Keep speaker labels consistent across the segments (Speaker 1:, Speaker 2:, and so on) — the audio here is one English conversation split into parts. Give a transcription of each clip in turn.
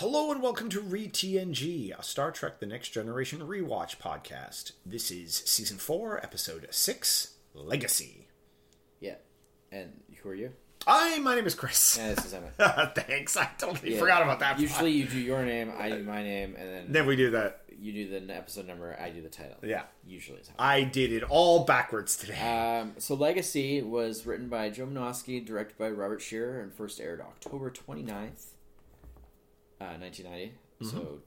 Speaker 1: Hello and welcome to ReTNG, a Star Trek The Next Generation rewatch podcast. This is Season 4, Episode 6, Legacy.
Speaker 2: Yeah. And who are you?
Speaker 1: Hi, my name is Chris.
Speaker 2: Yeah, this is Emmett.
Speaker 1: Thanks, I totally
Speaker 2: Yeah.
Speaker 1: forgot about that.
Speaker 2: Usually you do your name, I do my name, and then
Speaker 1: Then we do that.
Speaker 2: you do the n- episode number, I do the title.
Speaker 1: Yeah.
Speaker 2: Usually it's how
Speaker 1: I did it all backwards today.
Speaker 2: um, so Legacy was written by Joe Minoski, directed by Robert Shearer, and first aired October 29th, uh, 1990. So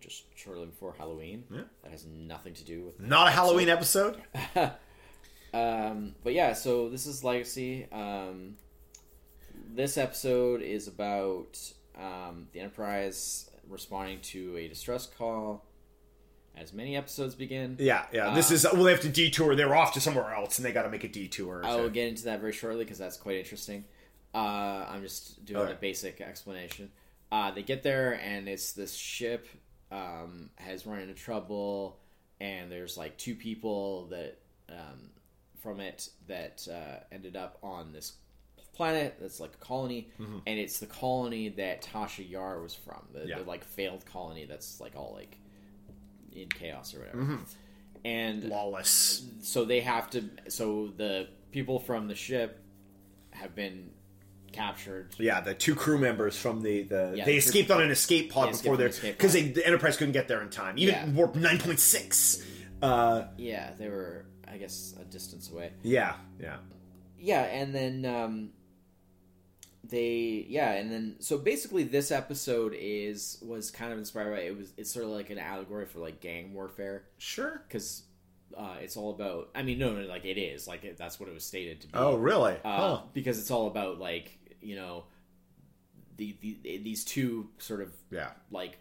Speaker 2: just shortly before Halloween.
Speaker 1: Mm-hmm. Yeah.
Speaker 2: That has nothing to do with
Speaker 1: Not a Halloween episode.
Speaker 2: Um, but yeah, so this is Legacy. Um, this episode is about um, the Enterprise responding to a distress call. As many episodes begin,
Speaker 1: Yeah, yeah.
Speaker 2: Uh,
Speaker 1: This is, well, they have to detour. They're off to somewhere else and they got to make a detour.
Speaker 2: I will
Speaker 1: so-
Speaker 2: get into that very shortly because that's quite interesting. Uh, I'm just doing
Speaker 1: Okay.
Speaker 2: a basic explanation. Uh, they get there, and it's this ship um, has run into trouble, and there's like two people that um, from it that uh, ended up on this planet that's like a colony, and it's the colony that Tasha Yar was from, the,
Speaker 1: Yeah.
Speaker 2: the like failed colony that's like all like in chaos or whatever. And
Speaker 1: Lawless.
Speaker 2: so they have to so the people from the ship have been captured
Speaker 1: Yeah, the two crew members from the, the
Speaker 2: Yeah,
Speaker 1: they
Speaker 2: the two-
Speaker 1: escaped on an escape pod
Speaker 2: They escaped
Speaker 1: before
Speaker 2: on
Speaker 1: they
Speaker 2: an escape
Speaker 1: because they the Enterprise couldn't get there in time. Even
Speaker 2: Yeah.
Speaker 1: warp nine point six. Uh,
Speaker 2: yeah they were i guess a distance away
Speaker 1: yeah, yeah,
Speaker 2: yeah and then um they yeah and then so basically this episode is was kind of inspired by it was it's sort of like an allegory for like gang warfare
Speaker 1: sure.
Speaker 2: because uh it's all about i mean no no like it is like it, that's what it was stated to be
Speaker 1: Oh, really?
Speaker 2: uh,
Speaker 1: huh.
Speaker 2: because it's all about like you know the, the these two sort of
Speaker 1: Yeah.
Speaker 2: like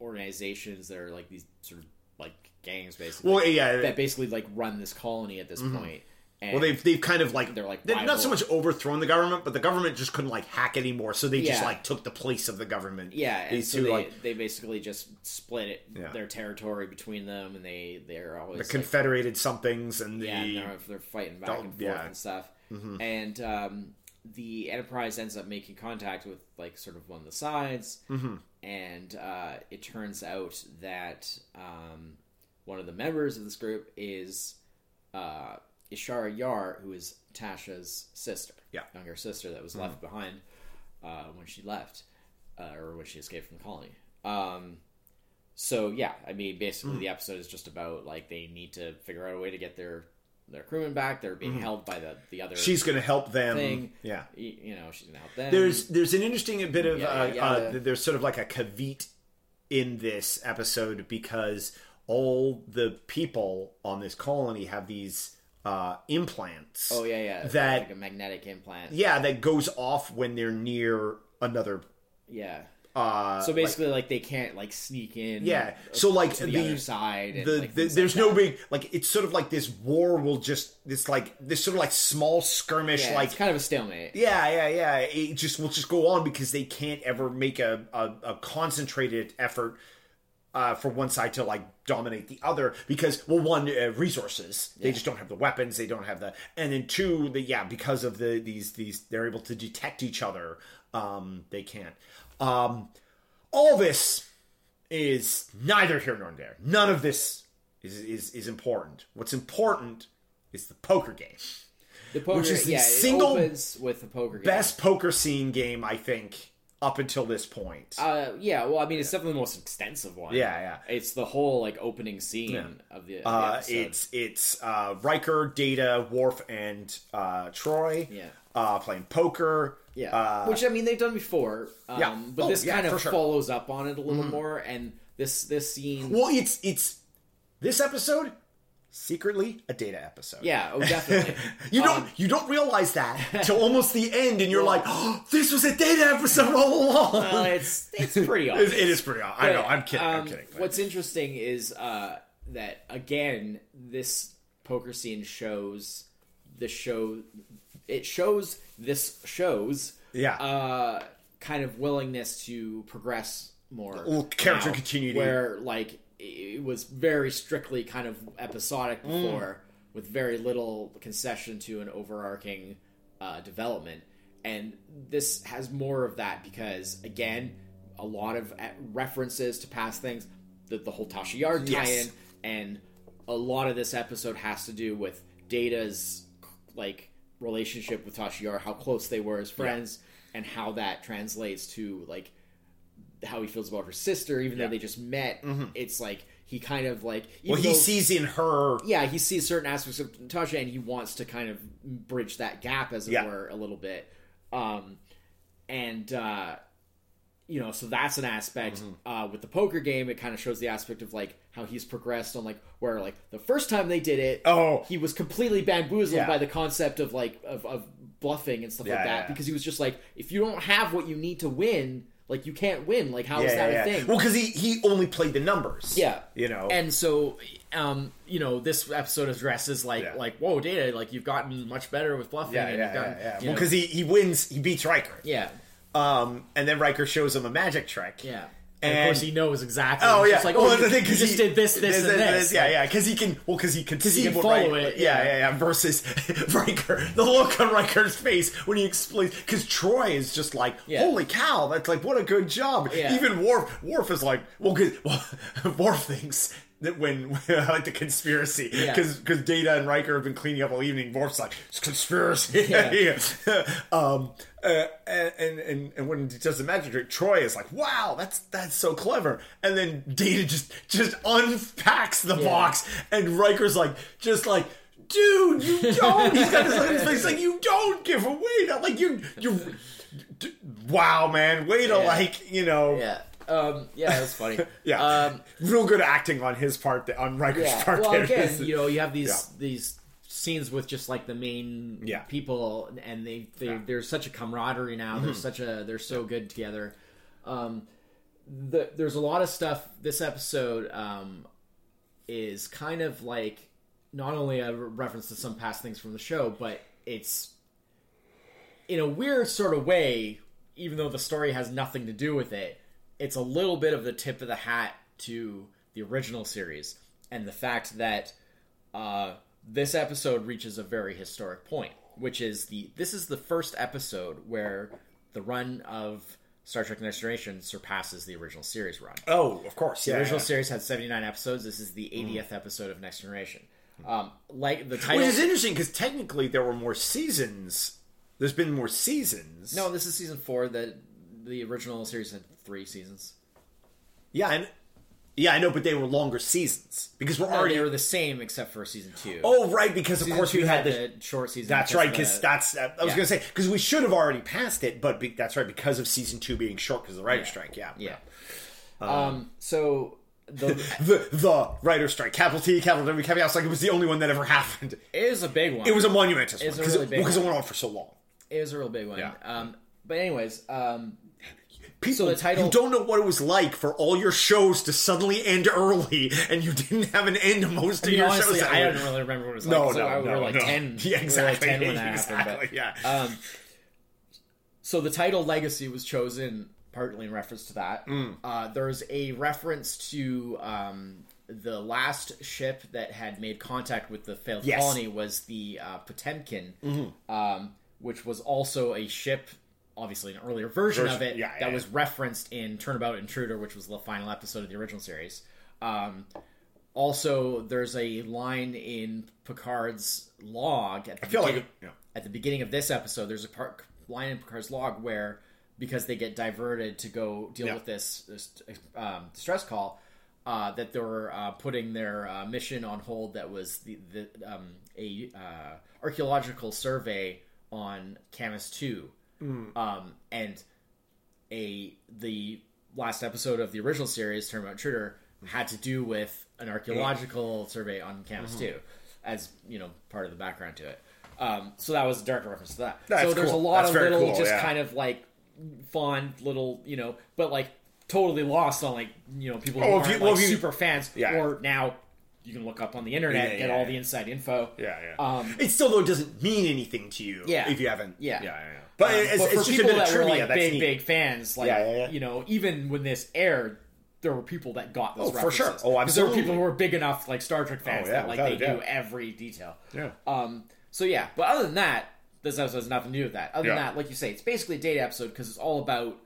Speaker 2: organizations that are like these sort of like gangs basically
Speaker 1: Well, yeah.
Speaker 2: that basically like run this colony at this point. And
Speaker 1: well, they've they've kind of like
Speaker 2: They're, like,
Speaker 1: they've not so
Speaker 2: rival.
Speaker 1: much overthrown the government, but the government just couldn't like hack anymore, so they just
Speaker 2: Yeah.
Speaker 1: like took the place of the government.
Speaker 2: yeah, and
Speaker 1: these
Speaker 2: so
Speaker 1: two
Speaker 2: they,
Speaker 1: like
Speaker 2: they basically just split it
Speaker 1: Yeah.
Speaker 2: their territory between them, and they they're always
Speaker 1: the
Speaker 2: like,
Speaker 1: Confederated somethings and the Mm-hmm.
Speaker 2: yeah, and they're, they're fighting back
Speaker 1: Don't-
Speaker 2: and forth
Speaker 1: yeah.
Speaker 2: and stuff. And um, the Enterprise ends up making contact with like sort of one of the sides,
Speaker 1: Mm-hmm.
Speaker 2: and uh, it turns out that um, one of the members of this group is uh, Ishara Yar, who is Tasha's sister,
Speaker 1: Yeah. Mm-hmm.
Speaker 2: younger sister that was left behind uh, when she left, uh, or when she escaped from the colony. Um, so yeah, I mean,
Speaker 1: Mm.
Speaker 2: basically the episode is just about like they need to figure out a way to get their their crewmen back. They're being held by the the other.
Speaker 1: Mm-hmm. she's going to help them.
Speaker 2: Thing.
Speaker 1: Yeah.
Speaker 2: y- you know she's gonna help them.
Speaker 1: There's there's an interesting bit of
Speaker 2: Yeah,
Speaker 1: uh,
Speaker 2: yeah,
Speaker 1: uh,
Speaker 2: yeah.
Speaker 1: there's sort of like a caveat in this episode because all the people on this colony have these uh, implants.
Speaker 2: oh yeah yeah
Speaker 1: that-
Speaker 2: like a magnetic implant.
Speaker 1: yeah, that goes off when they're near another.
Speaker 2: Yeah.
Speaker 1: Uh,
Speaker 2: So basically, like, they can't like sneak in.
Speaker 1: yeah, so like
Speaker 2: to the, other side. And,
Speaker 1: the,
Speaker 2: like,
Speaker 1: the
Speaker 2: things
Speaker 1: there's
Speaker 2: like
Speaker 1: no big like it's sort of like this war will just it's like this sort of like small skirmish
Speaker 2: that. Yeah,
Speaker 1: like
Speaker 2: it's kind of a stalemate.
Speaker 1: Yeah, yeah, yeah. It just will just go on because they can't ever make a, a, a concentrated effort uh, for one side to like dominate the other because well, one uh, resources they just don't have the weapons, they don't have the, and then two, the yeah because of the these these they're able to detect each other. Um, they can't. Um, all this is neither here nor there. None of this is is, is important. What's important is the poker game.
Speaker 2: The poker,
Speaker 1: Which is the
Speaker 2: yeah, it
Speaker 1: single
Speaker 2: opens with the poker game.
Speaker 1: best poker scene game I think up until this point.
Speaker 2: Uh, yeah, well, I mean, it's definitely the most extensive one.
Speaker 1: yeah, yeah.
Speaker 2: It's the whole like opening scene of the, of the
Speaker 1: Uh,
Speaker 2: episode.
Speaker 1: it's it's uh, Riker, Data, Worf, and uh, Troy
Speaker 2: Yeah.
Speaker 1: uh, playing poker.
Speaker 2: Yeah,
Speaker 1: uh,
Speaker 2: which I mean they've done before. Um,
Speaker 1: Yeah.
Speaker 2: but
Speaker 1: Oh,
Speaker 2: this
Speaker 1: yeah,
Speaker 2: kind
Speaker 1: for
Speaker 2: of
Speaker 1: sure. Mm-hmm.
Speaker 2: follows up on it a little more, and this this scene.
Speaker 1: well, it's it's this episode secretly a Data episode.
Speaker 2: yeah, Um, oh, definitely.
Speaker 1: You don't you don't realize that till almost the end, and you're like, oh, "This was a data episode all along."
Speaker 2: Well, Uh, it's it's pretty
Speaker 1: It-
Speaker 2: obvious.
Speaker 1: it is pretty. Odd. I know.
Speaker 2: But,
Speaker 1: I'm kidding. I'm
Speaker 2: um,
Speaker 1: kidding. but-
Speaker 2: What's interesting is uh, that again, this poker scene shows the show. It shows this shows
Speaker 1: yeah.
Speaker 2: uh, kind of willingness to progress more.
Speaker 1: Well, character
Speaker 2: now,
Speaker 1: continuity.
Speaker 2: Where, like, it was very strictly kind of episodic before, with very little concession to an overarching uh, development. And this has more of that because, again, a lot of uh, references to past things, the, the whole Tasha Yard tie-in,
Speaker 1: Yes.
Speaker 2: and a lot of this episode has to do with Data's like relationship with Tasha Yar, how close they were as friends, and how that translates to like how he feels about her sister, even though they just met. It's like he kind of like
Speaker 1: Mm-hmm. Well,
Speaker 2: even
Speaker 1: he
Speaker 2: though-
Speaker 1: sees in her
Speaker 2: yeah, he sees certain aspects of Natasha, and he wants to kind of bridge that gap, as it
Speaker 1: Yeah.
Speaker 2: were, a little bit. Um, and uh, you know, so that's an aspect.
Speaker 1: Mm-hmm.
Speaker 2: Uh, with the poker game, it kind of shows the aspect of like how he's progressed on like where like the first time they did it,
Speaker 1: Oh.
Speaker 2: he was completely bamboozled
Speaker 1: Yeah.
Speaker 2: by the concept of like of, of bluffing and stuff
Speaker 1: Yeah,
Speaker 2: like that
Speaker 1: yeah.
Speaker 2: because he was just like, if you don't have what you need to win, like you can't win. Like how is that a thing?
Speaker 1: Well, because he he only played the numbers.
Speaker 2: Yeah.
Speaker 1: you know.
Speaker 2: And so, um, you know, this episode addresses like,
Speaker 1: Yeah.
Speaker 2: like, whoa, data, like you've gotten much better with bluffing.
Speaker 1: yeah,
Speaker 2: and
Speaker 1: yeah,
Speaker 2: you've gotten,
Speaker 1: yeah, yeah.
Speaker 2: you
Speaker 1: Well,
Speaker 2: know,
Speaker 1: because he he wins, he beats Riker.
Speaker 2: yeah,
Speaker 1: Um, and then Riker shows him a magic trick.
Speaker 2: yeah. And, of
Speaker 1: And-
Speaker 2: course, he knows exactly.
Speaker 1: Oh
Speaker 2: He's
Speaker 1: yeah.
Speaker 2: just like,
Speaker 1: Well,
Speaker 2: oh,
Speaker 1: the
Speaker 2: you,
Speaker 1: thing,
Speaker 2: you
Speaker 1: 'cause
Speaker 2: just
Speaker 1: he-
Speaker 2: did this, this, and this.
Speaker 1: Yeah, yeah. Because he can. Well, because he can. Because
Speaker 2: he can follow it,
Speaker 1: Yeah,
Speaker 2: yeah.
Speaker 1: yeah, yeah. Versus Riker. The look on Riker's face when he explains. Because Troy is just like,
Speaker 2: Yeah.
Speaker 1: holy cow, that's like what a good job.
Speaker 2: Yeah.
Speaker 1: Even Worf. Worf is like, well, cause, well Worf thinks. That when like the conspiracy,
Speaker 2: Yeah.
Speaker 1: because Data and Riker have been cleaning up all evening. Worf's like it's conspiracy.
Speaker 2: Yeah.
Speaker 1: Yeah. um, uh, and, and and when he does the magic trick, Troy is like, "Wow, that's that's so clever." And then Data just just unpacks the box, and Riker's like, just like. Dude, you don't. He's got this look on his face like you don't give away that. Like you, you. d- Wow, man, way to like you know.
Speaker 2: yeah. Um, yeah, that's funny.
Speaker 1: Yeah.
Speaker 2: Um,
Speaker 1: real good acting on his part, th- on Riker's
Speaker 2: yeah.
Speaker 1: part.
Speaker 2: Well,
Speaker 1: there.
Speaker 2: again, you know, you have these
Speaker 1: Yeah.
Speaker 2: these scenes with just like the main
Speaker 1: Yeah.
Speaker 2: people, and they they there's such a camaraderie now.
Speaker 1: Mm-hmm.
Speaker 2: There's such a they're so good together. Um, the, there's a lot of stuff. This episode um, is kind of like not only a reference to some past things from the show, but it's in a weird sort of way, even though the story has nothing to do with it, it's a little bit of the tip of the hat to the original series and the fact that uh, this episode reaches a very historic point, which is the this is the first episode where the run of Star Trek Next Generation surpasses the original series run.
Speaker 1: oh, of course, yeah.
Speaker 2: The original
Speaker 1: yeah. Mm.
Speaker 2: series had 79 episodes. This is the 80th episode of Next Generation. Um, like the title
Speaker 1: Which is interesting because technically there were more seasons. There's been more seasons.
Speaker 2: No, this is season 4 that the original series had 3 seasons.
Speaker 1: Yeah, and yeah, I know, but they were longer seasons because we're
Speaker 2: Or
Speaker 1: already.
Speaker 2: they were the same except for season two.
Speaker 1: oh, right, because of
Speaker 2: Season
Speaker 1: course
Speaker 2: two
Speaker 1: we had the.
Speaker 2: the short season.
Speaker 1: that's right, because
Speaker 2: the-
Speaker 1: that's. I was
Speaker 2: Yeah.
Speaker 1: going to say because we should have already passed it, but be, that's right because of season two being short because of the writer strike. Yeah,
Speaker 2: yeah.
Speaker 1: Uh,
Speaker 2: Um. So the
Speaker 1: The the writer strike, capital T, capital W, capital S, like it was the only one that ever happened.
Speaker 2: it was a big one.
Speaker 1: It was a monumentous one
Speaker 2: It's a
Speaker 1: because
Speaker 2: really
Speaker 1: it,
Speaker 2: big
Speaker 1: because it
Speaker 2: one.
Speaker 1: went on for so long.
Speaker 2: It was a real big one.
Speaker 1: Yeah.
Speaker 2: Um. But anyways. Um.
Speaker 1: People,
Speaker 2: the title-
Speaker 1: you don't know what it was like for all your shows to suddenly end early, and you didn't have an end to most of your
Speaker 2: honestly,
Speaker 1: shows.
Speaker 2: I don't really remember what it was like.
Speaker 1: No,
Speaker 2: so
Speaker 1: no,
Speaker 2: I, we
Speaker 1: no,
Speaker 2: were like
Speaker 1: no.
Speaker 2: ten.
Speaker 1: Yeah, exactly.
Speaker 2: We were like ten when that happened.
Speaker 1: exactly.
Speaker 2: But,
Speaker 1: yeah.
Speaker 2: Um, so the title Legacy was chosen partly in reference to that.
Speaker 1: Mm.
Speaker 2: Uh, there's a reference to um, the last ship that had made contact with the failed
Speaker 1: Yes. Mm-hmm.
Speaker 2: colony was the uh, Potemkin, um, which was also a ship, obviously an earlier version,
Speaker 1: Version-
Speaker 2: of it,
Speaker 1: yeah, yeah,
Speaker 2: that
Speaker 1: yeah.
Speaker 2: was referenced in Turnabout Intruder, which was the final episode of the original series. Um, also, there's a line in Picard's log at the
Speaker 1: I feel like
Speaker 2: begin-
Speaker 1: yeah.
Speaker 2: at the beginning of this episode, there's a part line in Picard's log where because they get diverted to go deal
Speaker 1: Yeah.
Speaker 2: with this, this um, stress call, uh, that they were uh, putting their uh, mission on hold. That was the, the um, a uh, archaeological survey on Camus Two,
Speaker 1: Mm-hmm.
Speaker 2: um, and a the last episode of the original series, Termite Intruder, had to do with an archaeological survey on
Speaker 1: Mm-hmm.
Speaker 2: Camus too, as you know, part of the background to it. Um, so that was a direct reference to that.
Speaker 1: That's
Speaker 2: so there's
Speaker 1: cool.
Speaker 2: a lot
Speaker 1: That's
Speaker 2: of
Speaker 1: very
Speaker 2: little,
Speaker 1: cool,
Speaker 2: just
Speaker 1: yeah.
Speaker 2: kind of like fond little, you know, but like totally lost on like you know people who
Speaker 1: Oh, if
Speaker 2: aren't
Speaker 1: you-
Speaker 2: like,
Speaker 1: well, if you-
Speaker 2: super fans,
Speaker 1: Yeah.
Speaker 2: or now you can look up on the internet,
Speaker 1: Yeah,
Speaker 2: get
Speaker 1: yeah,
Speaker 2: all
Speaker 1: yeah.
Speaker 2: the inside info.
Speaker 1: Yeah, yeah.
Speaker 2: Um,
Speaker 1: it still though doesn't mean anything to you
Speaker 2: Yeah.
Speaker 1: if you haven't.
Speaker 2: Yeah.
Speaker 1: yeah, yeah. yeah. But,
Speaker 2: Um,
Speaker 1: Uh, it's, it's
Speaker 2: but for
Speaker 1: just a
Speaker 2: people
Speaker 1: bit of
Speaker 2: that
Speaker 1: trivia.
Speaker 2: were like
Speaker 1: that's
Speaker 2: big,
Speaker 1: neat.
Speaker 2: big fans, like
Speaker 1: Yeah, yeah, yeah.
Speaker 2: you know, even when this aired, there were people that got this.
Speaker 1: Oh, for sure.
Speaker 2: references.
Speaker 1: Oh,
Speaker 2: 'Cause There were
Speaker 1: absolutely. Oh,
Speaker 2: people who were big enough, like Star Trek fans,
Speaker 1: yeah,
Speaker 2: that like
Speaker 1: without
Speaker 2: they
Speaker 1: a doubt.
Speaker 2: knew every detail.
Speaker 1: Yeah.
Speaker 2: Um. So yeah, but other than that, this episode has nothing to do with that. Other than
Speaker 1: Yeah.
Speaker 2: that, like you say, it's basically a data episode because it's all about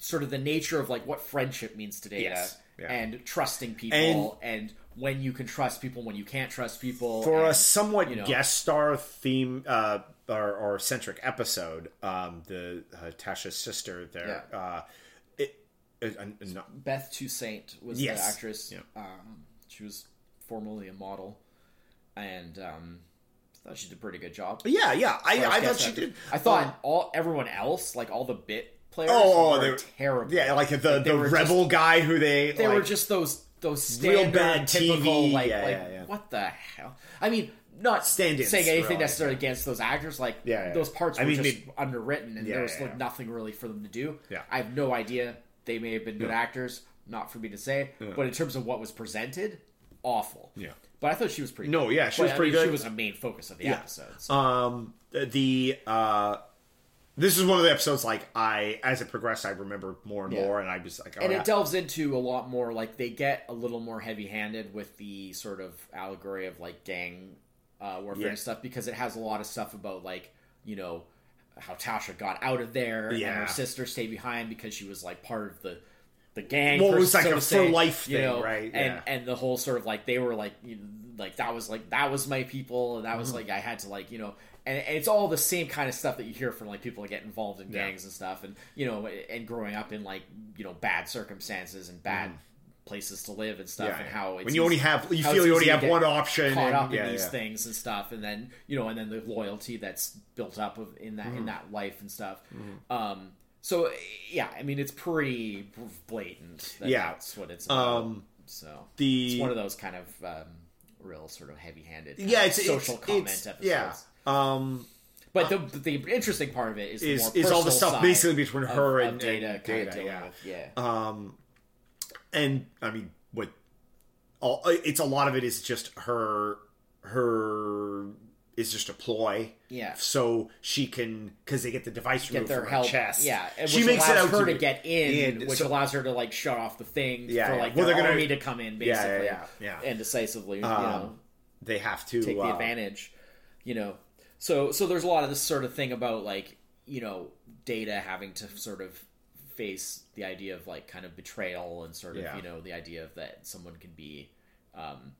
Speaker 2: sort of the nature of like what friendship means to Data
Speaker 1: Yes. Yeah.
Speaker 2: and trusting people and, when you can trust people, when you can't trust people.
Speaker 1: for
Speaker 2: and-
Speaker 1: a somewhat
Speaker 2: you know.
Speaker 1: guest star theme uh, or, or centric episode, um, the uh, Tasha's sister there. Uh, it, it, uh, no-
Speaker 2: Beth Toussaint was the
Speaker 1: Yes.
Speaker 2: actress. Um, she was formerly a model, and um, I thought she did a pretty good job.
Speaker 1: yeah, yeah. I, I thought
Speaker 2: guest
Speaker 1: she
Speaker 2: actor.
Speaker 1: did. Um,
Speaker 2: I thought all everyone else, like all the bit players,
Speaker 1: Oh, oh,
Speaker 2: were
Speaker 1: they were-
Speaker 2: terrible.
Speaker 1: yeah, like the,
Speaker 2: they
Speaker 1: the
Speaker 2: were
Speaker 1: rebel guy who they
Speaker 2: they
Speaker 1: like,
Speaker 2: were just those those
Speaker 1: Real
Speaker 2: standard
Speaker 1: bad
Speaker 2: typical
Speaker 1: TV.
Speaker 2: like,
Speaker 1: Yeah,
Speaker 2: like
Speaker 1: yeah, yeah.
Speaker 2: what the hell? I mean, not
Speaker 1: Stand-ins,
Speaker 2: saying anything
Speaker 1: really.
Speaker 2: necessarily against those actors. Like
Speaker 1: Yeah, yeah.
Speaker 2: those parts
Speaker 1: I
Speaker 2: were
Speaker 1: mean,
Speaker 2: just underwritten, and
Speaker 1: Yeah,
Speaker 2: there was
Speaker 1: yeah,
Speaker 2: like
Speaker 1: yeah.
Speaker 2: nothing really for them to do.
Speaker 1: Yeah.
Speaker 2: I have no idea. They may have been good actors, not for me to say. But in terms of what was presented, awful.
Speaker 1: Yeah.
Speaker 2: But I thought she was pretty.
Speaker 1: No,
Speaker 2: good.
Speaker 1: yeah, she
Speaker 2: But,
Speaker 1: was
Speaker 2: I
Speaker 1: pretty
Speaker 2: mean, She
Speaker 1: good.
Speaker 2: was a main focus of the episode. So.
Speaker 1: um the uh this is one of the episodes like I as it progressed I remember more and
Speaker 2: Yeah.
Speaker 1: more and I was like oh,
Speaker 2: and
Speaker 1: yeah.
Speaker 2: it delves into a lot more like they get a little more heavy-handed with the sort of allegory of like gang uh, warfare
Speaker 1: Yeah.
Speaker 2: and stuff because it has a lot of stuff about like you know how Tasha got out of there and
Speaker 1: Yeah.
Speaker 2: her sister stayed behind because she was like part of the the gang.
Speaker 1: Well, it
Speaker 2: per-
Speaker 1: was, like,
Speaker 2: so
Speaker 1: a
Speaker 2: to
Speaker 1: for
Speaker 2: say,
Speaker 1: life
Speaker 2: you
Speaker 1: thing,
Speaker 2: know,
Speaker 1: right?
Speaker 2: And
Speaker 1: Yeah.
Speaker 2: and the whole sort of like they were like you know, like that was like that was my people and that
Speaker 1: Mm-hmm.
Speaker 2: was like I had to like you know. And and it's all the same kind of stuff that you hear from like people that get involved in
Speaker 1: Yeah.
Speaker 2: gangs and stuff, and you know, and growing up in like you know bad circumstances and bad places to live and stuff,
Speaker 1: Mm-hmm. Yeah,
Speaker 2: and
Speaker 1: yeah.
Speaker 2: how it's
Speaker 1: when you only
Speaker 2: easy-
Speaker 1: have you
Speaker 2: how
Speaker 1: feel
Speaker 2: it's
Speaker 1: you only
Speaker 2: easy to
Speaker 1: have
Speaker 2: get
Speaker 1: one option
Speaker 2: caught
Speaker 1: and,
Speaker 2: up in
Speaker 1: yeah,
Speaker 2: these
Speaker 1: yeah.
Speaker 2: things and stuff, and then you know, and then the loyalty that's built up of, in that
Speaker 1: Mm-hmm.
Speaker 2: in that life and stuff. Um, so yeah, I mean, it's pretty b- blatant. That
Speaker 1: Yeah.
Speaker 2: that's what it's about.
Speaker 1: Um,
Speaker 2: so
Speaker 1: the-
Speaker 2: it's one of those kind of um, real sort of heavy-handed, kind
Speaker 1: yeah
Speaker 2: of
Speaker 1: it's
Speaker 2: social
Speaker 1: it's,
Speaker 2: comment
Speaker 1: it's,
Speaker 2: episodes.
Speaker 1: yeah um
Speaker 2: But the, the interesting part of it is the
Speaker 1: is-
Speaker 2: more
Speaker 1: is all the
Speaker 2: personal
Speaker 1: stuff
Speaker 2: side
Speaker 1: basically between
Speaker 2: of-
Speaker 1: her
Speaker 2: of
Speaker 1: and-
Speaker 2: data,
Speaker 1: and
Speaker 2: kinda
Speaker 1: Data,
Speaker 2: dealing
Speaker 1: yeah.
Speaker 2: with- yeah.
Speaker 1: Um, and I mean what all uh, it's a lot of it is just her her is just a ploy
Speaker 2: Yeah.
Speaker 1: so she can because they get the device
Speaker 2: get
Speaker 1: removed
Speaker 2: their
Speaker 1: from
Speaker 2: help.
Speaker 1: her chest
Speaker 2: Yeah, and
Speaker 1: she
Speaker 2: which
Speaker 1: makes it
Speaker 2: allows
Speaker 1: out
Speaker 2: her to
Speaker 1: be-
Speaker 2: get in,
Speaker 1: in,
Speaker 2: which
Speaker 1: so-
Speaker 2: allows her to like shut off the thing
Speaker 1: Yeah,
Speaker 2: for
Speaker 1: yeah.
Speaker 2: like
Speaker 1: Well,
Speaker 2: their
Speaker 1: they're gonna-
Speaker 2: army to come in,
Speaker 1: Yeah, yeah,
Speaker 2: basically,
Speaker 1: yeah, yeah.
Speaker 2: and decisively, you know,
Speaker 1: Um, they have to
Speaker 2: take
Speaker 1: uh,
Speaker 2: the advantage. You know, so so there's a lot of this sort of thing about like you know data having to sort of face the idea of like kind of betrayal and sort of
Speaker 1: Yeah.
Speaker 2: you know the idea of that someone can be, um,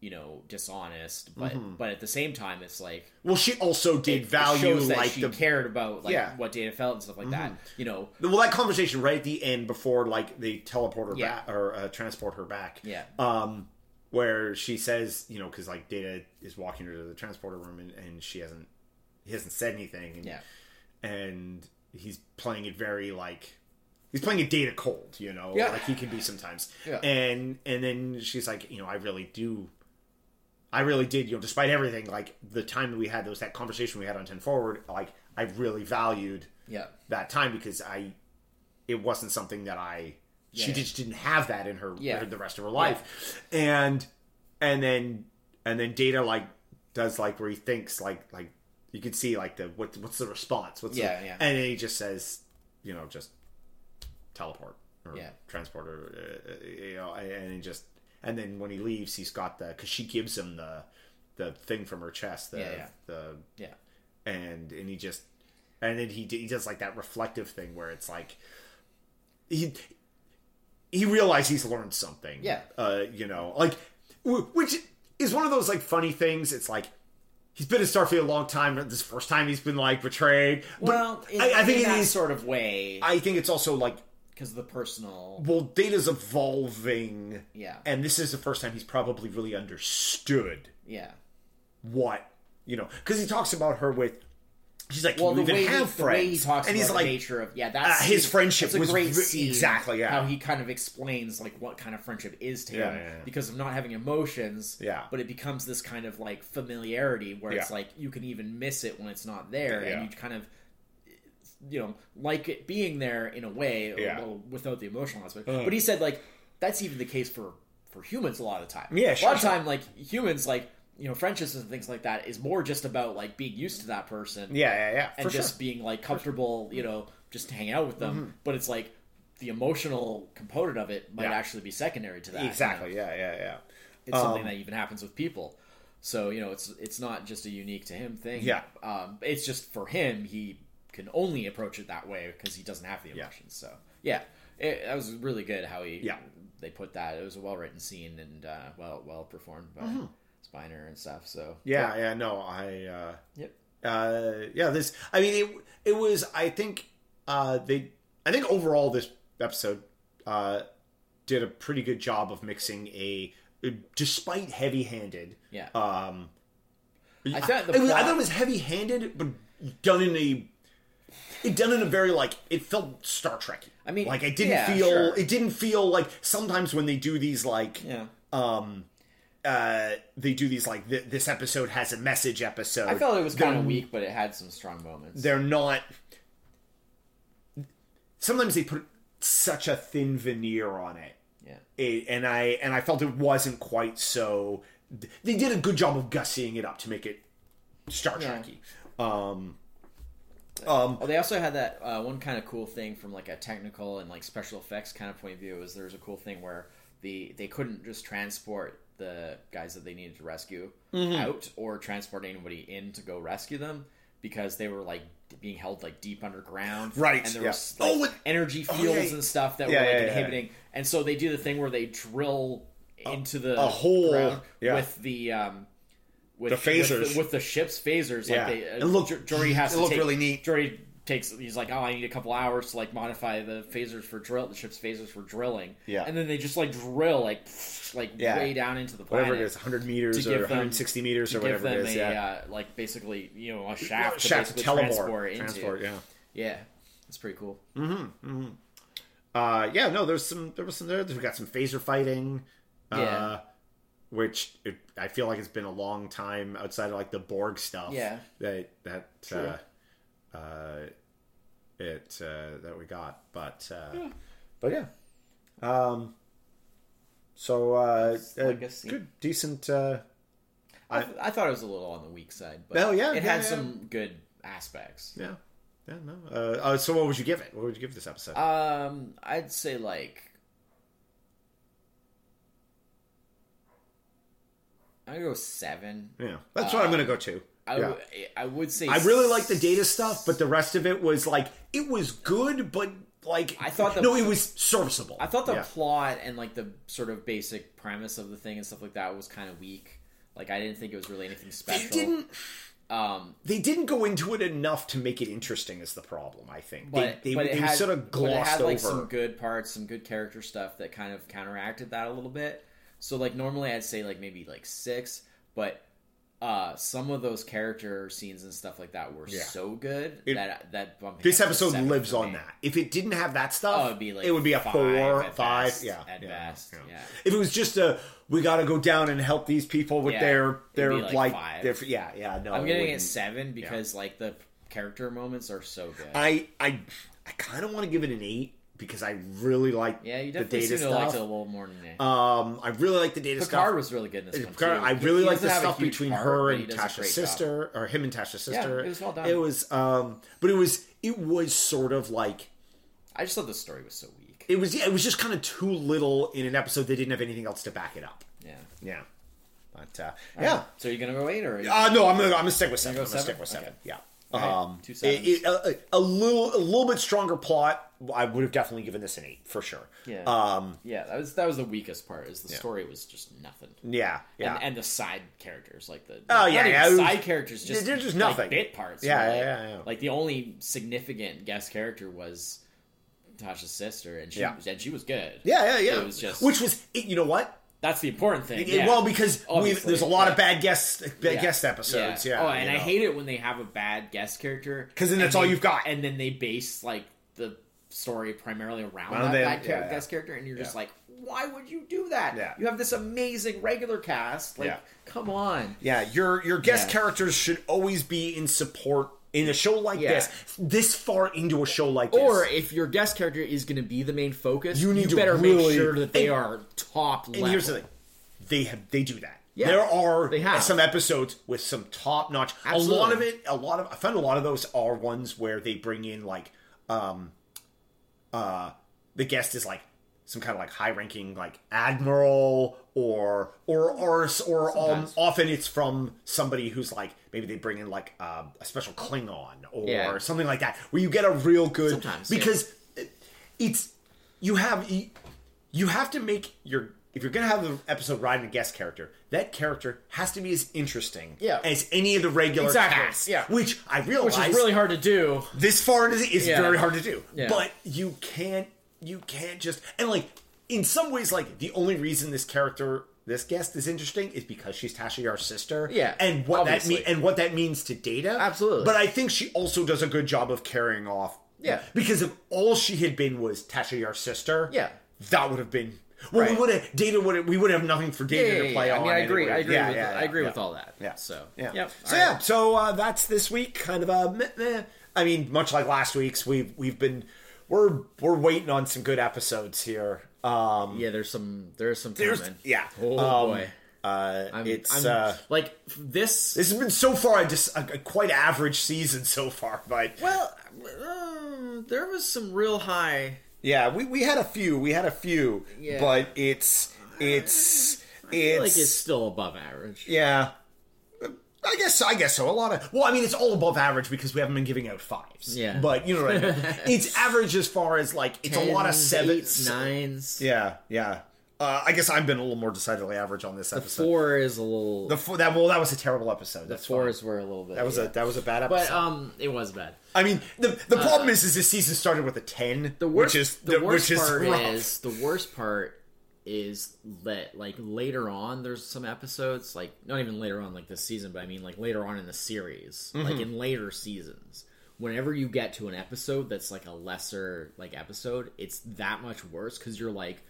Speaker 2: you know, dishonest, but but at the same time it's like
Speaker 1: well she also did
Speaker 2: it
Speaker 1: Mm-hmm. value
Speaker 2: shows that
Speaker 1: like
Speaker 2: she
Speaker 1: the
Speaker 2: cared about like
Speaker 1: Yeah. Mm-hmm.
Speaker 2: what data felt and stuff like that. You know,
Speaker 1: well that conversation right at the end before like they teleport her
Speaker 2: Yeah.
Speaker 1: back or uh, transport her back
Speaker 2: yeah,
Speaker 1: um where she says you know because like data is walking her to the transporter room and, and she hasn't he hasn't said anything and,
Speaker 2: yeah,
Speaker 1: and he's playing it very like he's playing it data cold you know
Speaker 2: Yeah.
Speaker 1: like he can be sometimes
Speaker 2: Yeah.
Speaker 1: and and then she's like you know i really do i really did you know despite everything like the time that we had those that conversation we had on 10 forward like i really valued
Speaker 2: yeah,
Speaker 1: that time because I it wasn't something that I she
Speaker 2: Yeah.
Speaker 1: just didn't have that in her,
Speaker 2: Yeah.
Speaker 1: her- the rest of her life. And and then and then data like does like where he thinks like like you can see like the what what's the response? What's the-
Speaker 2: Yeah, yeah.
Speaker 1: and then he just says, you know, just teleport or
Speaker 2: Yeah.
Speaker 1: transport or uh, uh, you know and, and he just and then when he leaves he's got the cuz she gives him the the thing from her chest the
Speaker 2: Yeah, yeah.
Speaker 1: the
Speaker 2: yeah.
Speaker 1: and and he just and then he d- he does like that reflective thing where it's like he he realized he's learned something
Speaker 2: Yeah.
Speaker 1: uh you know like wh- which is one of those like funny things it's like he's been in starfleet a long time this is the first time he's been like betrayed but
Speaker 2: Well, in,
Speaker 1: I, I think
Speaker 2: in
Speaker 1: it
Speaker 2: that
Speaker 1: is
Speaker 2: sort of way
Speaker 1: i think it's also like
Speaker 2: because the personal,
Speaker 1: well data's evolving
Speaker 2: yeah,
Speaker 1: and this is the first time he's probably really understood
Speaker 2: yeah.
Speaker 1: what you know because he talks about her with she's like
Speaker 2: Well,
Speaker 1: can
Speaker 2: the
Speaker 1: you
Speaker 2: way,
Speaker 1: even
Speaker 2: he,
Speaker 1: have
Speaker 2: the
Speaker 1: friends
Speaker 2: way he talks
Speaker 1: and
Speaker 2: about
Speaker 1: he's like
Speaker 2: the nature of yeah, that's
Speaker 1: uh, his friendship
Speaker 2: It's a
Speaker 1: was
Speaker 2: great
Speaker 1: ve-
Speaker 2: scene,
Speaker 1: exactly, yeah.
Speaker 2: How he kind of explains like what kind of friendship is to
Speaker 1: Yeah,
Speaker 2: him
Speaker 1: yeah, yeah.
Speaker 2: because of not having emotions.
Speaker 1: Yeah.
Speaker 2: but it becomes this kind of like familiarity where it's
Speaker 1: Yeah.
Speaker 2: like you can even miss it when it's not there,
Speaker 1: Yeah.
Speaker 2: and you kind of you know like it being there in a way,
Speaker 1: Yeah.
Speaker 2: well, without the emotional aspect. But he said like that's even the case for for humans a lot of the time.
Speaker 1: Yeah,
Speaker 2: a
Speaker 1: sure,
Speaker 2: lot of
Speaker 1: sure.
Speaker 2: time like humans like. You know, friendships and things like that is more just about like being used to that person,
Speaker 1: Yeah, yeah, yeah.
Speaker 2: and
Speaker 1: for
Speaker 2: just
Speaker 1: sure. Mm-hmm.
Speaker 2: being like comfortable, you know, just to hang out with them. But it's like the emotional component of it might
Speaker 1: Yeah.
Speaker 2: actually be secondary to that. you
Speaker 1: exactly. Um,
Speaker 2: know.
Speaker 1: Yeah, yeah, yeah.
Speaker 2: It's something that even happens with people. So you know, it's it's not just a unique to him thing.
Speaker 1: Yeah.
Speaker 2: um, it's just for him. He can only approach it that way because he doesn't have the
Speaker 1: Yeah.
Speaker 2: emotions. So yeah, it, that was really good how he
Speaker 1: Yeah.
Speaker 2: they put that. It was a well written scene and uh, well well performed by Spiner and stuff. So
Speaker 1: Mm-hmm. Yeah, yeah, no, I uh
Speaker 2: Yep.
Speaker 1: uh yeah, this I mean it it was I think uh they I think overall this episode uh did a pretty good job of mixing a uh, despite heavy-handed
Speaker 2: yeah.
Speaker 1: um
Speaker 2: I thought the
Speaker 1: it was- I
Speaker 2: plot-
Speaker 1: thought it was heavy-handed but done in a it done in a very like it felt Star Trek.
Speaker 2: I mean,
Speaker 1: like I didn't
Speaker 2: yeah,
Speaker 1: feel
Speaker 2: sure.
Speaker 1: it didn't feel like sometimes when they do these like
Speaker 2: yeah.
Speaker 1: uh they do these like th- this episode has a message episode.
Speaker 2: I felt it was kind of weak, but it had some strong moments.
Speaker 1: they're not sometimes they put such a thin veneer on it.
Speaker 2: yeah.
Speaker 1: It- and i and i felt it wasn't quite so they did a good job of gussying it up to make it star
Speaker 2: Yeah.
Speaker 1: trekky um um
Speaker 2: Oh, they also had that uh, one kind of cool thing from like a technical and like special effects kind of point of view. Is there was a cool thing where the they couldn't just transport the guys that they needed to rescue
Speaker 1: Mm-hmm.
Speaker 2: out or transport anybody in to go rescue them because they were like d- being held like deep underground,
Speaker 1: Right,
Speaker 2: And there
Speaker 1: yeah.
Speaker 2: was like,
Speaker 1: Oh, it-
Speaker 2: energy
Speaker 1: yeah,
Speaker 2: fields
Speaker 1: yeah.
Speaker 2: and stuff that
Speaker 1: Yeah,
Speaker 2: were like
Speaker 1: yeah, yeah, yeah.
Speaker 2: inhibiting. And so they do the thing where they drill into the
Speaker 1: a hole,
Speaker 2: ground
Speaker 1: yeah.
Speaker 2: with the um, with
Speaker 1: The
Speaker 2: with
Speaker 1: phasers.
Speaker 2: the, with the ship's phasers.
Speaker 1: Yeah.
Speaker 2: Like they, uh,
Speaker 1: It looked-
Speaker 2: Jor- Jory has
Speaker 1: it
Speaker 2: to
Speaker 1: looked
Speaker 2: take-
Speaker 1: really neat.
Speaker 2: Jory takes he's like, oh, I need a couple hours to like modify the phasers for drill the ship's phasers for drilling.
Speaker 1: Yeah.
Speaker 2: and then they just like drill like pfft, like
Speaker 1: Yeah.
Speaker 2: way down into the planet.
Speaker 1: whatever it is 100 meters
Speaker 2: to
Speaker 1: or
Speaker 2: give them-
Speaker 1: 160 meters
Speaker 2: to
Speaker 1: or
Speaker 2: give
Speaker 1: whatever it
Speaker 2: them
Speaker 1: is
Speaker 2: a
Speaker 1: yeah
Speaker 2: uh, like basically you know a
Speaker 1: Shaft
Speaker 2: shaft, to
Speaker 1: to
Speaker 2: basically
Speaker 1: teleport,
Speaker 2: transport into.
Speaker 1: transport, yeah.
Speaker 2: yeah, it's pretty cool.
Speaker 1: Uh, yeah, no, there's some, there was some there. We got some phaser fighting, uh,
Speaker 2: Yeah.
Speaker 1: which it, I feel like it's been a long time outside of like the Borg stuff.
Speaker 2: Yeah.
Speaker 1: that that uh, uh, it uh, that we got, but uh, but yeah, um, so uh,
Speaker 2: It's
Speaker 1: uh,
Speaker 2: like a scene.
Speaker 1: good, decent. Uh,
Speaker 2: I, th- I thought it was a little on the weak side, but
Speaker 1: Oh, yeah,
Speaker 2: it
Speaker 1: yeah,
Speaker 2: had
Speaker 1: yeah.
Speaker 2: some good aspects.
Speaker 1: yeah, yeah, no. Uh, uh, so what would you give it? What would you give this episode?
Speaker 2: Um, I'd say like I go seven.
Speaker 1: yeah, that's what I'm gonna go to.
Speaker 2: I,
Speaker 1: yeah.
Speaker 2: w- I would say
Speaker 1: I really like the data stuff, but the rest of it was like it was good, but like
Speaker 2: I thought the-
Speaker 1: no, it was serviceable.
Speaker 2: I thought the
Speaker 1: yeah.
Speaker 2: plot and like the sort of basic premise of the thing and stuff like that was kind of weak. Like I didn't think it was really anything
Speaker 1: they
Speaker 2: special.
Speaker 1: didn't
Speaker 2: Um,
Speaker 1: they didn't go into it enough to make it interesting is the problem. I think
Speaker 2: but
Speaker 1: they they,
Speaker 2: but it
Speaker 1: they
Speaker 2: had,
Speaker 1: sort of
Speaker 2: but it
Speaker 1: glossed
Speaker 2: had, like,
Speaker 1: over.
Speaker 2: some good parts, some good character stuff that kind of counteracted that a little bit. So like normally I'd say like maybe like six, but uh some of those character scenes and stuff like that were
Speaker 1: Yeah.
Speaker 2: so good
Speaker 1: It-
Speaker 2: that that bumped it
Speaker 1: This
Speaker 2: up to
Speaker 1: episode
Speaker 2: seven
Speaker 1: lives
Speaker 2: for
Speaker 1: on
Speaker 2: me.
Speaker 1: that. If it didn't have that stuff,
Speaker 2: Oh, it'd be like
Speaker 1: it would be a
Speaker 2: five
Speaker 1: four,
Speaker 2: at
Speaker 1: five,
Speaker 2: best,
Speaker 1: yeah,
Speaker 2: at
Speaker 1: yeah,
Speaker 2: best, yeah.
Speaker 1: If it was just a we got to go down and help these people with
Speaker 2: Yeah,
Speaker 1: their
Speaker 2: it'd
Speaker 1: their
Speaker 2: be, like,
Speaker 1: like,
Speaker 2: five.
Speaker 1: their yeah, yeah. No,
Speaker 2: I'm
Speaker 1: it
Speaker 2: getting it
Speaker 1: wouldn't.
Speaker 2: seven because like the character moments are so good.
Speaker 1: I I I kind of want to give it an eight because I really like
Speaker 2: yeah, you
Speaker 1: the
Speaker 2: definitely
Speaker 1: data
Speaker 2: seem to like
Speaker 1: stuff.
Speaker 2: it a little more than that.
Speaker 1: Um, I really like the data
Speaker 2: Picard
Speaker 1: stuff.
Speaker 2: was really good in this one.
Speaker 1: Picard,
Speaker 2: too.
Speaker 1: I
Speaker 2: He-
Speaker 1: really
Speaker 2: he
Speaker 1: like the
Speaker 2: doesn't have a
Speaker 1: stuff
Speaker 2: huge
Speaker 1: between
Speaker 2: part,
Speaker 1: her
Speaker 2: but
Speaker 1: and
Speaker 2: he does a great
Speaker 1: Tasha's
Speaker 2: job.
Speaker 1: sister, or him and Tasha's
Speaker 2: Yeah,
Speaker 1: sister.
Speaker 2: it was well done.
Speaker 1: It was, um, but it was it was sort of like
Speaker 2: I just thought the story was so weak.
Speaker 1: it was yeah, it was just kind of too little in an episode. They didn't have anything else to back it up.
Speaker 2: Yeah.
Speaker 1: Yeah, but uh, yeah.
Speaker 2: So you're gonna go eight or? are you-
Speaker 1: Uh, no, I'm gonna, I'm gonna stick with seven.
Speaker 2: go
Speaker 1: I'm gonna
Speaker 2: seven?
Speaker 1: stick with seven.
Speaker 2: Okay.
Speaker 1: Yeah.
Speaker 2: right.
Speaker 1: Um,
Speaker 2: Two
Speaker 1: it-
Speaker 2: sevens.
Speaker 1: it- a, a little, a little bit stronger plot. I would have definitely given this an eight for sure.
Speaker 2: Yeah.
Speaker 1: Um.
Speaker 2: Yeah, that was that was the weakest part. Is the story was just nothing.
Speaker 1: Yeah. Yeah.
Speaker 2: And, and the side characters, like the
Speaker 1: Oh,
Speaker 2: not
Speaker 1: yeah,
Speaker 2: even
Speaker 1: yeah, it was-
Speaker 2: side characters, just
Speaker 1: they're just
Speaker 2: like,
Speaker 1: nothing.
Speaker 2: bit parts.
Speaker 1: Yeah,
Speaker 2: were,
Speaker 1: yeah,
Speaker 2: like,
Speaker 1: yeah, yeah.
Speaker 2: Like the only significant guest character was Tasha's sister, and she
Speaker 1: Yeah.
Speaker 2: and she was good.
Speaker 1: yeah. Yeah. Yeah.
Speaker 2: It was just
Speaker 1: which was it, you know what
Speaker 2: that's the important thing.
Speaker 1: It-
Speaker 2: yeah.
Speaker 1: Well, because we
Speaker 2: Obviously,
Speaker 1: there's a lot of
Speaker 2: yeah.
Speaker 1: bad guest bad
Speaker 2: Yeah.
Speaker 1: guest episodes. Yeah.
Speaker 2: Oh, and
Speaker 1: you
Speaker 2: I
Speaker 1: know.
Speaker 2: hate it when they have a bad guest character
Speaker 1: 'Cause then
Speaker 2: and
Speaker 1: that's all
Speaker 2: they-
Speaker 1: you've got.
Speaker 2: and then they base like the story primarily around
Speaker 1: Well,
Speaker 2: that
Speaker 1: they-
Speaker 2: bad char-
Speaker 1: yeah, yeah.
Speaker 2: guest character, and you're just
Speaker 1: Yeah.
Speaker 2: like, why would you do that?
Speaker 1: Yeah.
Speaker 2: You have this amazing regular cast. Like,
Speaker 1: Yeah.
Speaker 2: come on.
Speaker 1: Yeah, your your guest
Speaker 2: Yeah.
Speaker 1: characters should always be in support in a show like
Speaker 2: Yeah.
Speaker 1: this. This far into a show like
Speaker 2: Or
Speaker 1: this.
Speaker 2: if your guest character is going to be the main focus,
Speaker 1: You
Speaker 2: you,
Speaker 1: need to
Speaker 2: better
Speaker 1: really-
Speaker 2: make sure that they
Speaker 1: and-
Speaker 2: are top level.
Speaker 1: and here's the thing, they have they do that.
Speaker 2: Yeah.
Speaker 1: there are
Speaker 2: They have.
Speaker 1: some episodes with some top notch. A
Speaker 2: Absolutely.
Speaker 1: lot of it, a lot of I found a lot of those are ones where they bring in like, um, uh, the guest is like some kind of like high ranking like admiral or or or or um,
Speaker 2: Sometimes.
Speaker 1: often it's from somebody who's like maybe they bring in like uh, a special Klingon or
Speaker 2: Yeah.
Speaker 1: something like that where you get a real good
Speaker 2: Sometimes, yeah.
Speaker 1: because it- it's you have you- you have to make your if you're gonna have an episode riding a guest character that character has to be as interesting
Speaker 3: Yeah.
Speaker 1: as any of the regular
Speaker 3: Exactly,
Speaker 1: cast
Speaker 3: yeah.
Speaker 1: which I realize
Speaker 3: which is really hard to do.
Speaker 1: this far into it is
Speaker 3: Yeah.
Speaker 1: very hard to do. But you can't you can't just and like in some ways like the only reason this character this guest is interesting is because she's Tasha Yar's sister.
Speaker 3: Yeah,
Speaker 1: And what
Speaker 3: obviously.
Speaker 1: that mean and what that means to Data.
Speaker 3: Absolutely.
Speaker 1: But I think she also does a good job of carrying off.
Speaker 3: Yeah.
Speaker 1: Because if all she had been was Tasha Yar's sister,
Speaker 3: Yeah.
Speaker 1: That would have been well, we
Speaker 3: Right.
Speaker 1: would have data would have, we would have nothing for data to play on.
Speaker 3: I mean, I
Speaker 1: and it
Speaker 3: agree.
Speaker 1: would-
Speaker 3: I agree.
Speaker 1: yeah,
Speaker 3: with,
Speaker 1: yeah,
Speaker 3: I
Speaker 1: yeah,
Speaker 3: agree
Speaker 1: yeah.
Speaker 3: with all that.
Speaker 1: Yeah.
Speaker 3: So
Speaker 1: Yeah.
Speaker 3: Yep.
Speaker 1: So
Speaker 3: All
Speaker 1: yeah.
Speaker 3: right.
Speaker 1: So uh, that's this week. Kind of a. Meh, meh. I mean, much like last week's, we've we've been we're we're waiting on some good episodes here. Um,
Speaker 2: Yeah, there's some there's some
Speaker 1: there's
Speaker 2: coming.
Speaker 1: yeah.
Speaker 2: Oh
Speaker 1: Um,
Speaker 2: boy.
Speaker 1: Uh,
Speaker 2: I'm,
Speaker 1: it's
Speaker 2: I'm,
Speaker 1: uh,
Speaker 2: like f- this.
Speaker 1: this has been so far a, dis- a, a quite average season so far, but
Speaker 2: well, uh, there was some real high.
Speaker 1: yeah, we we had a few, we had a few,
Speaker 2: Yeah.
Speaker 1: but it's it's
Speaker 2: I
Speaker 1: it's
Speaker 2: feel like it's still above average.
Speaker 1: yeah. I guess I guess so. A lot of well, I mean, it's all above average because we haven't been giving out fives.
Speaker 2: Yeah.
Speaker 1: but you know what I mean. it's average as far as like it's a lot of
Speaker 2: Tens,
Speaker 1: sevens,
Speaker 2: eights, nines.
Speaker 1: Yeah, yeah. Uh, I guess I've been a little more decidedly average on this episode.
Speaker 2: Four is a little.
Speaker 1: The four, that well, that was a terrible episode. That's fine.
Speaker 2: fours were a little bit.
Speaker 1: That was
Speaker 2: yeah.
Speaker 1: a that was a bad episode.
Speaker 2: But um, it was bad.
Speaker 1: I mean, the the problem is, is this season started with a ten,
Speaker 2: The worst.
Speaker 1: which is
Speaker 2: the worst
Speaker 1: which is
Speaker 2: part
Speaker 1: rough.
Speaker 2: is the worst part is that like later on there's some episodes like not even later on like this season but i mean like later on in the series
Speaker 1: Mm-hmm.
Speaker 2: like in later seasons whenever you get to an episode that's like a lesser like episode it's that much worse because you're like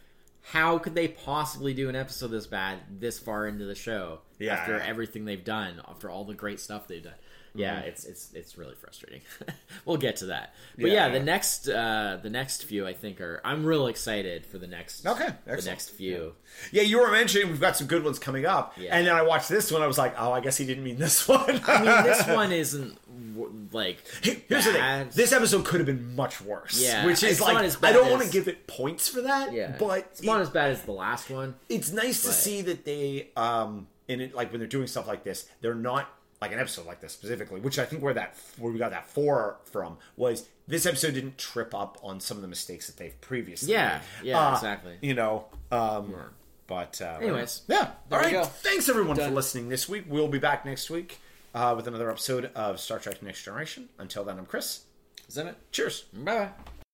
Speaker 2: how could they possibly do an episode this bad this far into the show
Speaker 1: Yeah.
Speaker 2: after everything they've done after all the great stuff they've done yeah
Speaker 1: Mm-hmm.
Speaker 2: it's it's it's really frustrating we'll get to that but yeah,
Speaker 1: Yeah.
Speaker 2: the next uh the next few i think are i'm real excited for the next
Speaker 1: Okay,
Speaker 2: the
Speaker 1: excellent.
Speaker 2: next few
Speaker 1: Yeah, you were mentioning we've got some good ones coming up,
Speaker 2: Yeah.
Speaker 1: and then I watched this one. I was like, oh, I guess he didn't mean this one.
Speaker 2: i mean this one isn't w- like
Speaker 1: Here's the thing:
Speaker 2: bad.
Speaker 1: this episode could have been much worse.
Speaker 2: Yeah,
Speaker 1: which is
Speaker 2: it's not
Speaker 1: like
Speaker 2: as
Speaker 1: I
Speaker 2: bad
Speaker 1: don't
Speaker 2: as-
Speaker 1: want to give it points for that.
Speaker 2: yeah
Speaker 1: but
Speaker 2: it's not
Speaker 1: it-
Speaker 2: as bad as the last one
Speaker 1: it's nice to
Speaker 2: But-
Speaker 1: see that they um in it like when they're doing stuff like this they're not like an episode like this specifically which i think where that where we got that four from was this episode didn't trip up on some of the mistakes that they've previously
Speaker 2: Yeah,
Speaker 1: made.
Speaker 2: yeah,
Speaker 1: Uh,
Speaker 2: exactly.
Speaker 1: you know um but uh
Speaker 2: Anyways,
Speaker 1: yeah all
Speaker 2: there we
Speaker 1: right
Speaker 2: go.
Speaker 1: thanks everyone for
Speaker 2: Done.
Speaker 1: listening this week we'll be back next week uh, with another episode of star trek next generation until then i'm chris
Speaker 2: is that it
Speaker 1: cheers
Speaker 2: bye